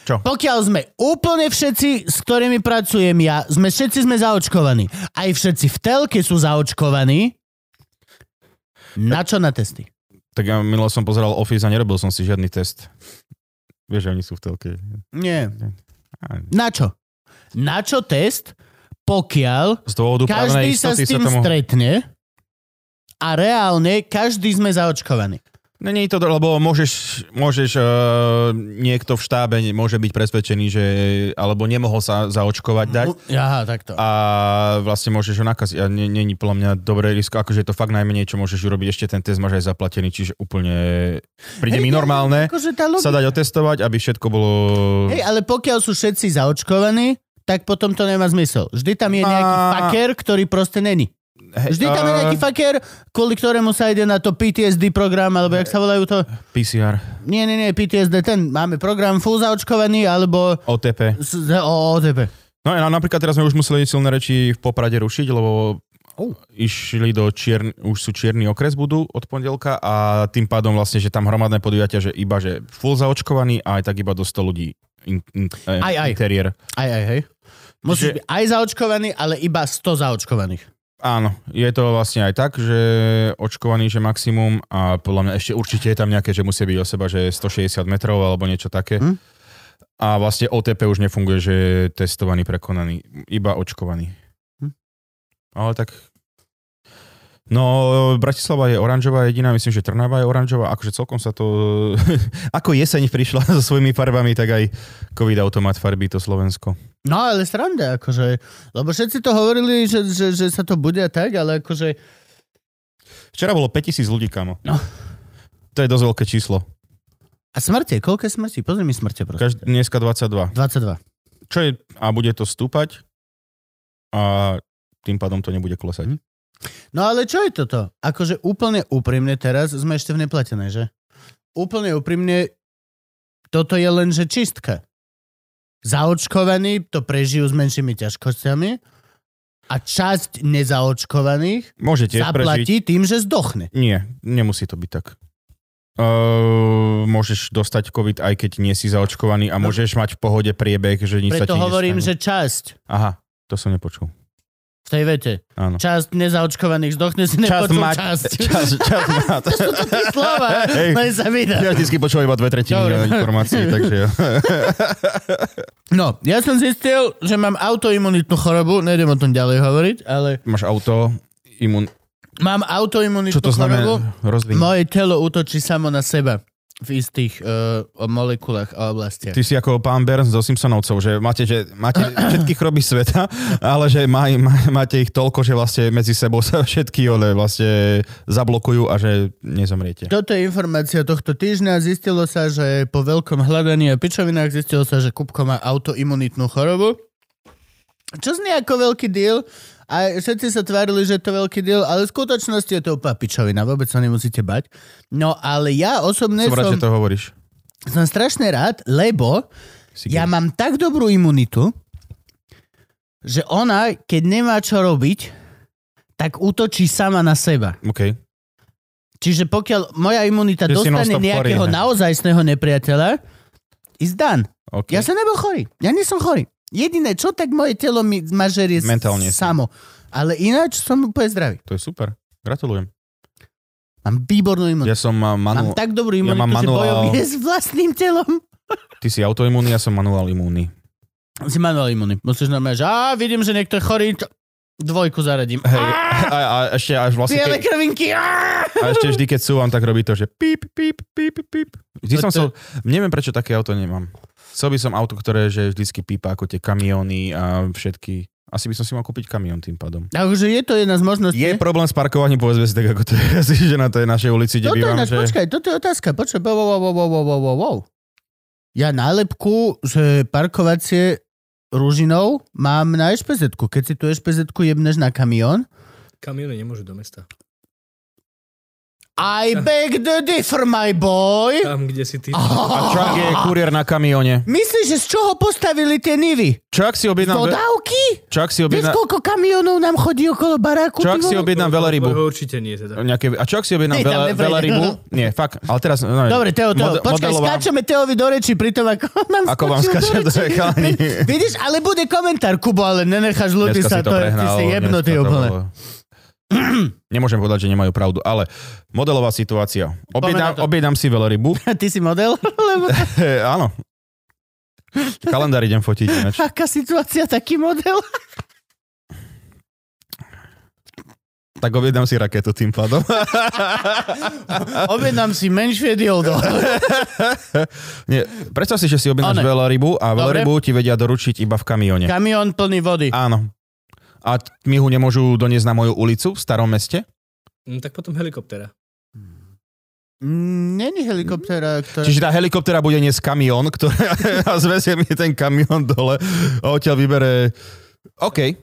S2: Čo?
S1: Pokiaľ sme úplne všetci, s ktorými pracujem ja, sme všetci sme zaočkovaní. Aj všetci v telke sú zaočkovaní. Na čo na testy?
S2: Tak ja minule som pozeral Office a nerobil som si žiadny test. Vieš, že oni sú v telke.
S1: Nie. Na čo? Na čo test, pokiaľ
S2: Z dôvodu
S1: každý
S2: právnej
S1: sa s
S2: istoty
S1: tým
S2: tomu...
S1: stretne a reálne každý sme zaočkovaní.
S2: No nie je to, do- lebo môžeš, môžeš uh, niekto v štábe ne- môže byť presvedčený, že alebo nemohol sa zaočkovať dať
S1: Aha, takto.
S2: a vlastne môžeš ho nakaziť. A nie, nie je podľa mňa dobré risko, akože je to fakt najmenej, čo môžeš urobiť. Ešte ten test máš aj zaplatený, čiže úplne príde mi normálne
S1: Akože tá logika
S2: sa dať otestovať, aby všetko bolo...
S1: Hej, ale pokiaľ sú všetci zaočkovaní, tak potom to nemá zmysel. Vždy tam je nejaký
S2: A-
S1: faker, ktorý proste není.
S2: Hej,
S1: Vždy tam je
S2: a-
S1: nejaký faker, kvôli ktorému sa ide na to PTSD program, alebo jak sa volajú to...
S2: PCR,
S1: Nie, nie, nie, PTSD, ten máme program full zaočkovaný, alebo...
S2: OTP.
S1: s- O, o tebe.
S2: No a napríklad teraz sme už museli silné reči v Poprade rušiť, lebo išli do čiern, už sú čierny okres budú od pondelka a tým pádom vlastne, že tam hromadné podujatia, že iba, že full zaočkovaný a aj tak iba do 100 ľudí in, in, eh,
S1: Aj, aj.
S2: interiér.
S1: Aj, aj, hej. Musíš
S2: Že-
S1: byť aj zaočkovaný, ale iba 100 zaočkovaných.
S2: Áno, je to vlastne aj tak, že očkovaný, že maximum a podľa mňa ešte určite je tam nejaké, že musia byť o seba, že 160 metrov alebo niečo také.
S1: Hm?
S2: A vlastne OTP už nefunguje, že testovaný, prekonaný, iba očkovaný.
S1: Hm?
S2: Ale tak... No, Bratislava je oranžová jediná, myslím, že Trnava je oranžová, akože celkom sa to... [LAUGHS] Ako jeseň prišla [LAUGHS] so svojimi farbami, tak aj COVID-automat farbí to Slovensko.
S1: No ale sranda, akože, lebo všetci to hovorili, že, že, že sa to bude a tak, ale akože,
S2: Včera bolo 5000 ľudí, kamo.
S1: No.
S2: To je dosť veľké číslo.
S1: a smrte, koľko je smrti? Pozri mi smrte, prosím.
S2: Každ- dneska 22.
S1: 22.
S2: Čo je, a bude to stúpať a tým pádom to nebude klesať. Hm?
S1: No ale čo je toto? Akože úplne úprimne teraz, sme ešte v neplatenej, že? Úplne úprimne, toto je len, že čistka. Zaočkovaní to prežijú s menšími ťažkosťami a časť nezaočkovaných
S2: Môžete prežiť.
S1: zaplatí tým, že zdochne.
S2: Nie, nemusí to byť tak. Uh, môžeš dostať COVID, aj keď nie si zaočkovaný a môžeš mať v pohode priebeh, že nič sa ti
S1: No. Preto hovorím,
S2: nestane.
S1: že časť
S2: Aha, to som nepočul.
S1: v tej vete.
S2: Áno.
S1: Časť nezaočkovaných zdochne si nepočul
S2: má-
S1: časť.
S2: [LAUGHS] Čas, čas má...
S1: Tie Slova,
S2: Hej.
S1: len sa vydá.
S2: [LAUGHS] Ja vždy počúvam iba dve tretiny
S1: Dobre.
S2: Dobre. informácií, takže jo.
S1: No, ja som zistil, že mám autoimunitnú chorobu, nejdem o tom ďalej hovoriť, ale
S2: Máš auto, imun...
S1: Mám autoimunitnú
S2: Čo to
S1: chorobu.
S2: znamená? Rozvin.
S1: Moje telo útočí samo na seba v istých uh, molekulách a oblastiach.
S2: Ty si ako pán Burns so Simpsonovcov, že máte, že máte všetky choroby sveta, ale že maj, maj, máte ich toľko, že vlastne medzi sebou sa všetky one vlastne zablokujú a že nezomriete.
S1: Toto je informácia tohto týždňa. Zistilo sa, že po veľkom hľadaní a pičovinách zistilo sa, že Kupko má autoimunitnú chorobu. Čo znie ako veľký deal. A všetci sa tvárili, že je to veľký deal, ale v skutočnosti je to úplná pičovina. Vôbec sa nemusíte bať. No ale ja osobne
S2: Som rád,
S1: som,
S2: že to hovoríš.
S1: som strašne rád, lebo
S2: Si
S1: Ja
S2: gej.
S1: mám tak dobrú imunitu, že ona, keď nemá čo robiť, tak útočí sama na seba.
S2: OK.
S1: Čiže pokiaľ moja imunita
S2: Že si
S1: dostane
S2: non-stop chorý,
S1: nejakého
S2: hej.
S1: naozajstného nepriateľa, is done. Ja
S2: okay.
S1: som nebol chorý. Ja nie som chorý. Jediné, čo tak moje telo mi mažerie
S2: Mentálne si.
S1: samo. Ale ináč som úplne zdravý.
S2: To je super. Gratulujem.
S1: Mám výbornú imunitu.
S2: Ja som
S1: No.
S2: uh,
S1: Mám
S2: manu...
S1: tak dobrú
S2: ja
S1: imunitu,
S2: mám
S1: že
S2: manuál.
S1: bojovie s vlastným telom.
S2: Ty si autoimúnny, ja som manuál imúnny. [LAUGHS]
S1: Si manuál imunný. Musíš normálne, že á, vidím, že niekto je chorý, čo- dvojku zaradím.
S2: Hej, a, a, ešte až vlastne,
S1: Biele
S2: keď,
S1: krvinky. Á!
S2: a ešte vždy, keď súvam, tak robí to, že píp, píp, píp, píp. Vždy
S1: To-
S2: som
S1: to-
S2: chcel, neviem prečo také auto nemám. Chcel by som auto, ktoré že vždycky pípa ako tie kamióny a všetky. Asi by som si mal kúpiť kamión tým pádom.
S1: Takže je to jedna z možností.
S2: Je problém s parkovaním, povedzme si tak, ako to je [LAUGHS] asi, že na tej našej ulici,
S1: toto
S2: kde
S1: je
S2: bývam,
S1: náš,
S2: že...
S1: počkaj, toto je otázka, počkaj, wow, wow, wow, wow, wow, wow, wow. Ja nálepku z parkovacie ružinou mám na špz Keď si tu špz jebneš na kamión,
S3: Kamiony nemôžu do mesta.
S1: I beg the differ, my boy.
S3: Tam, kde si ty.
S2: A Chuck je kuriér na kamióne.
S1: Myslíš, že z čoho postavili tie nivy?
S2: Chuck si objednal... No, ve-
S1: Podávky?
S2: Chuck si
S1: Vieš,
S2: objednal...
S1: koľko kamionov nám chodí okolo baráku?
S2: Chuck
S1: ty
S2: si
S1: vole?
S2: objednal veľa
S3: [LAUGHS]
S2: rybu.
S3: Tvojho určite nie teda.
S2: Nejaké, a Chuck si objednal
S1: Ty tam
S2: veľa,
S1: neprejde.
S2: veľa rybu. Nie, fakt. Ale teraz... No,
S1: Dobre, Teo, Teo,
S2: mode-
S1: počkaj,
S2: modelová-
S1: skáčeme Teovi do reči pri tom, ako nám
S2: Ako vám
S1: skočil
S2: skáče do
S1: reči.
S2: reklamy.
S1: [LAUGHS] Vidíš, ale bude komentár, Kubo, ale nenecháš ľudí sa
S2: Dneska si to
S1: to, ty
S2: prehnal.
S1: si
S2: dneska
S1: jebnutý
S2: to
S1: úplne.
S2: bolo- [CLEARS THROAT] Nemôžem povedať, že nemajú pravdu, ale modelová situácia.
S1: Pomená
S2: Objednám,
S1: to.
S2: objednám si veľa
S1: [LAUGHS]
S2: rybu.
S1: [LAUGHS] Ty si model? Lebo
S2: Eh, áno. Kalendár idem fotiť. Ináč.
S1: taká situácia, taký model.
S2: [LAUGHS] Tak objednám si raketu tým pádom. [LAUGHS]
S1: Objednám si menšie dildo.
S2: Nie, predstav si, že si
S1: One.
S2: objednáš veľa rybu a
S1: Dobre.
S2: veľa rybu ti vedia doručiť iba v kamióne.
S1: [LAUGHS] Kamión plný vody.
S2: Áno. A t- mi ho nemôžu doniesť na moju ulicu v starom meste?
S3: No, tak potom helikoptera.
S1: Mm, Není helikoptéra, ktorá...
S2: Čiže tá helikoptera bude dnes kamión, ktorý [LAUGHS] a zvezie mi ten kamión dole a odtiaľ vybere... OK,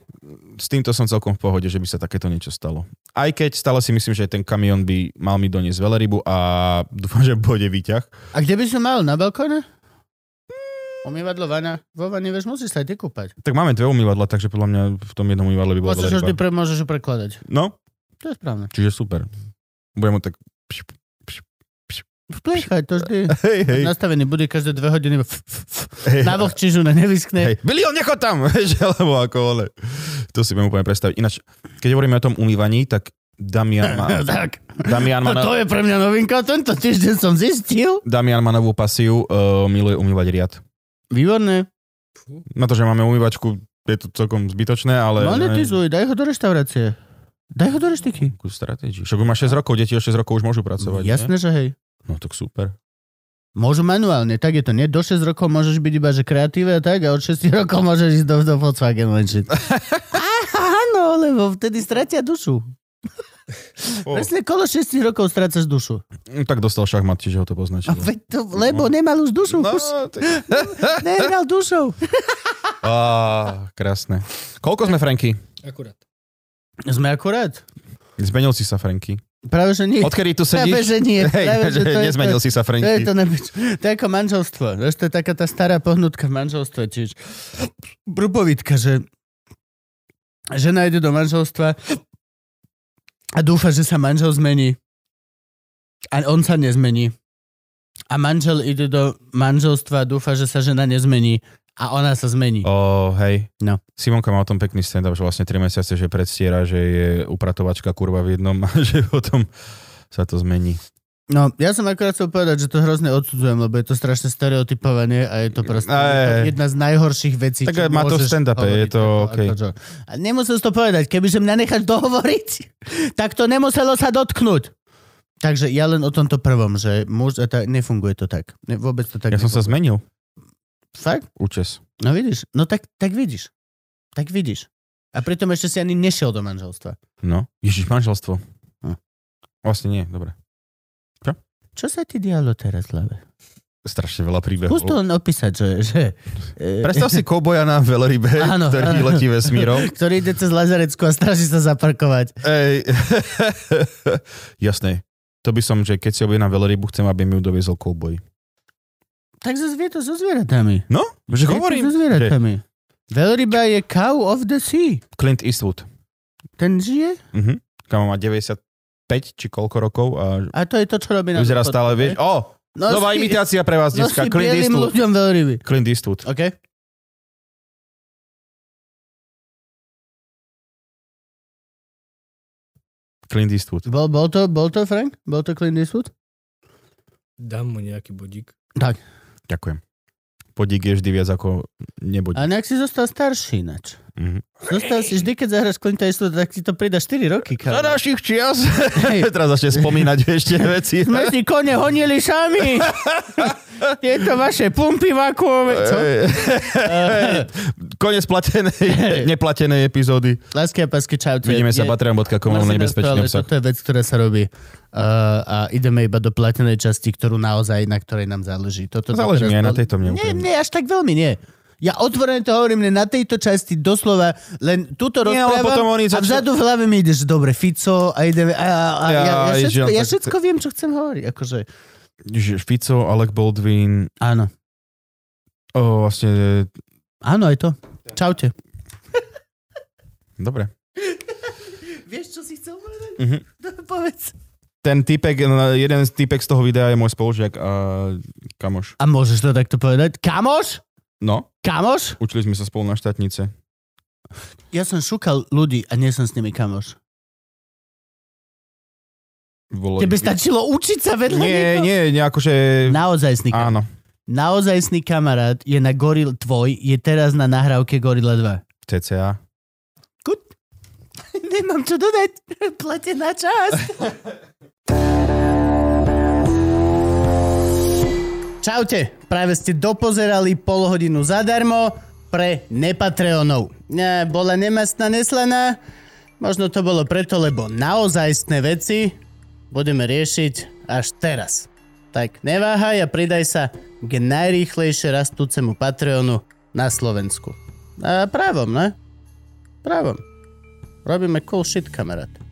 S2: s týmto som celkom v pohode, že by sa takéto niečo stalo. Aj keď stále si myslím, že ten kamión by mal mi doniesť veľrybu a [LAUGHS] dúfam, že bude výťah.
S1: A kde by som mal? Na balkóne? Umývadlo, vana. Vo vane, vieš, musíš sa aj ty kúpať.
S2: Tak máme dve umývadla, takže podľa mňa v tom jednom umývadle by bola
S1: Vlastne, že vždy
S2: veľryba.
S1: pre, môžeš ju prekladať.
S2: No,
S1: To je správne.
S2: čiže super. Budem mu tak... [LAUGHS]
S1: Vplýchaj to vždy.
S2: Hej, hej,
S1: Nastavený bude každé dve hodiny. f- f- f-
S2: hej.
S1: Na voch čižu na nevyskne. [LAUGHS]
S2: Hej, bilión, necho tam! [LAUGHS] Že, alebo ako, ale... To si budem úplne predstaviť. Ináč, keď hovoríme o tom umývaní, tak Damian má,
S1: [LAUGHS] No Tak,
S2: Damian má,
S1: no
S2: na,
S1: to je pre mňa novinka. Tento týždeň som zistil.
S2: Damian má novú pasiu, uh, miluje umývať riad.
S1: Výborné.
S2: Na to, že máme umývačku, je to celkom zbytočné, ale...
S1: No, Monetizuj, daj ho do reštaurácie. Daj ho do reštiky.
S2: Akú stratégiu? Však už má 6 rokov, deti o 6 rokov už môžu pracovať.
S1: Jasné, že hej.
S2: Nie? No tak super.
S1: Môžu manuálne, tak je to. Nie, do 6 rokov môžeš byť iba, že kreatíve a tak, a od 6 [LAUGHS] rokov môžeš ísť do, do Volkswagen len
S2: [LAUGHS]
S1: shit. Áno, lebo vtedy stratia dušu.
S2: O,
S1: Presne kolo 6 rokov strácaš dušu.
S2: Hm, tak dostal šachmat, čiže ho to
S1: A
S2: poznačilo.
S1: veď to, lebo nemal už dušu.
S2: No,
S1: Už
S2: tak...
S1: nehral
S2: [LAUGHS]
S1: dušou.
S2: Á, krásne. Koľko sme, Franky?
S3: Akurát.
S1: Sme akurát.
S2: Zmenil si sa, Franky.
S1: Práve, že nie.
S2: Odkedy tu
S1: Práve,
S2: sedíš?
S1: že nie. Práve,
S2: Hej, že
S1: to je
S2: nezmenil
S1: to-
S2: si
S1: to
S2: sa,
S1: je
S2: Franky.
S1: to, nebyč- to je ako manželstvo. Vieš, to je taká tá stará pohnutka v manželstve. Čiže brubovitka, že žena ide do manželstva a dúfa, že sa manžel zmení. A on sa nezmení. A manžel ide do manželstva a dúfa, že sa žena nezmení. A ona sa zmení.
S2: O, hej.
S1: No.
S2: Simonka má o tom pekný stand-up, že vlastne 3 mesiace, že predstiera, že je upratovačka kurva v jednom a [LAUGHS] že potom sa to zmení.
S1: No, ja som akorát chcel povedať, že to hrozne odsudzujem, lebo je to strašne stereotypovanie a je to proste
S2: Aj.
S1: jedna z najhorších vecí,
S2: Tak má to v
S1: môžeš
S2: stand-upe, je
S1: hovoriť
S2: to
S1: ako-
S2: okej.
S1: ako čo. A nemusel si to povedať, keby som nenechal [LAUGHS] dohovoriť, tak to nemuselo sa dotknúť. Takže ja len o tomto prvom, že muž, a tá, nefunguje to tak. Ne, vôbec to tak
S2: Ja som sa
S1: nefunguje.
S2: zmenil.
S1: Fakt?
S2: Účes.
S1: No vidíš, no tak, tak vidíš. Tak vidíš. A pritom ešte si ani nešiel do manželstva.
S2: No. Ježiš, manželstvo.
S1: Hm.
S2: Vlastne nie, dobre.
S1: Čo sa ti dialo teraz, Lave?
S2: Strašne veľa príbehov.
S1: Skús to len opísať, že...
S2: [LAUGHS]
S1: že e,
S2: Predstav si koboja na veľrybe,
S1: [LAUGHS] Áno.
S2: ktorý letí vesmírom.
S1: ktorý ide cez Lazarecku a snaží sa zaparkovať.
S2: Ej. [LAUGHS] Jasné. To by som, že keď si objednám veľrybu, chcem, aby mi ju doviezol kouboj.
S1: Tak zase vie to so zvieratami.
S2: No,
S1: Vie to
S2: že
S1: So
S2: hovorím. Že
S1: zvieratami. Veľryba je cow of the sea.
S2: Clint Eastwood.
S1: Ten žije?
S2: Mhm. Kamo má 95 či koľko rokov a
S1: A to je to, čo robí na
S2: vyzerá
S1: dôchodku, ne?
S2: stále, vieš, o,
S1: Nosí-
S2: nová imitácia pre vás
S1: Nosí
S2: dneska, Clint
S1: bielým
S2: Eastwood.
S1: ľuďom veľryby.
S2: Clint Eastwood.
S1: OK?
S2: Clint Eastwood.
S1: Bol, bol, to, bol to Frank? Bol to Clint Eastwood?
S3: Dám mu nejaký bodík.
S1: Tak.
S2: Ďakujem. Podík je vždy viac ako nebodík.
S1: A nejak si zostal starší ináč.
S2: Mhm.
S1: Zostal si vždy, keď zahraš Clint Eastwood, tak ti to prida 4 roky.
S2: Za
S1: Kámo.
S2: našich čias.
S1: Hej.
S2: [LAUGHS] No, Teraz začne spomínať ešte veci. [LAUGHS]
S1: Sme si kone honili sami. Je to vaše pumpy vakuové.
S2: Eh.
S1: Co?
S2: [LAUGHS] Konec platenej, neplatenej epizódy.
S1: Lásky a pásky, čaute.
S2: Vidíme sa
S1: Je-
S2: patreon.com
S1: Marcel Gaspar, ale
S2: nebezpečný obsah.
S1: Toto Vlastne je vec, ktorá sa robí uh, a ideme iba do platenej časti, ktorú naozaj, na ktorej nám záleží. Toto
S2: Záleží mi aj na tejto mne
S1: Nie,
S2: úplne.
S1: nie, až tak veľmi nie. Ja otvorene to hovorím, mne na tejto časti doslova len túto
S2: Nie,
S1: rozprávam
S2: ale potom oni
S1: a
S2: začnú-
S1: vzadu v hlave mi ideš, dobre, Fico a ideme, a, a, a ja, ja,
S2: Jaj,
S1: všetko,
S2: Žion,
S1: ja
S2: tak-
S1: všetko viem, čo chcem hovoriť, akože,
S2: Že Fico, Alec Baldwin,
S1: áno,
S2: o, vlastne,
S1: áno aj to. Čaute.
S2: dobre.
S1: Vieš, čo si chcel povedať?
S2: Mhm.
S1: [LAUGHS] Povedz.
S2: Ten typek, no, jeden z typek z toho videa je môj spolužiak a kamoš.
S1: A môžeš to takto povedať? Kamoš?
S2: No,
S1: Kamoš?
S2: učili sme sa spolu na štátnice.
S1: Ja som šukal ľudí a nie som s nimi kamoš.
S2: Bolo...
S1: Tebe stačilo učiť sa vedľa niekoho?
S2: Nie, nie, nejako, že...
S1: Naozajstný, kam-
S2: Áno,
S1: naozajstný kamarát je na goril, tvoj je teraz na nahrávke Gorilla 2.
S2: CCA.
S1: Good. [LAUGHS] Nemám čo dodať. [LAUGHS] Plate na čas. [LAUGHS] Čaute, práve ste dopozerali pol hodinu zadarmo pre nepatreonov. E, bola nemastná neslaná, možno to bolo preto, lebo naozajstné veci budeme riešiť až teraz. Tak neváhaj a pridaj sa k najrýchlejšie rastúcemu Patreonu na Slovensku. A právom, ne? Právom. Robíme cool shit, kamarát.